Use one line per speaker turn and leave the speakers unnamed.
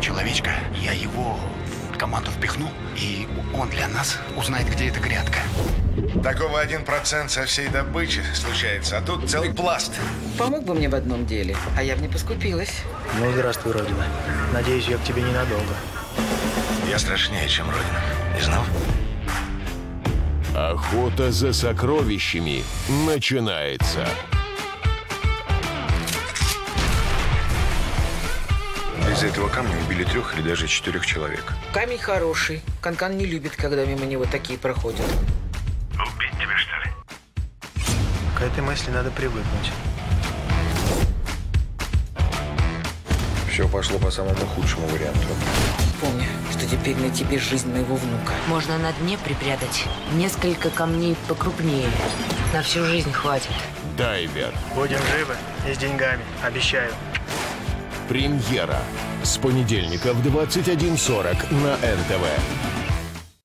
человечка, я его в команду впихну, и он для нас узнает, где эта грядка.
Такого 1% со всей добычи случается, а тут целый пласт.
Помог бы мне в одном деле, а я бы не поскупилась.
Ну, здравствуй, Родина. Надеюсь, я к тебе ненадолго.
Я страшнее, чем Родина. Не знал?
Охота за сокровищами начинается.
Из-за этого камня убили трех или даже четырех человек.
Камень хороший. Канкан не любит, когда мимо него такие проходят.
Убить тебя, что ли?
К этой мысли надо привыкнуть.
Все пошло по самому худшему варианту.
Помни, что теперь на тебе жизнь моего внука.
Можно на дне припрятать несколько камней покрупнее. На всю жизнь хватит.
Дайвер.
Будем живы и с деньгами, обещаю.
Премьера. С понедельника в 21.40 на НТВ.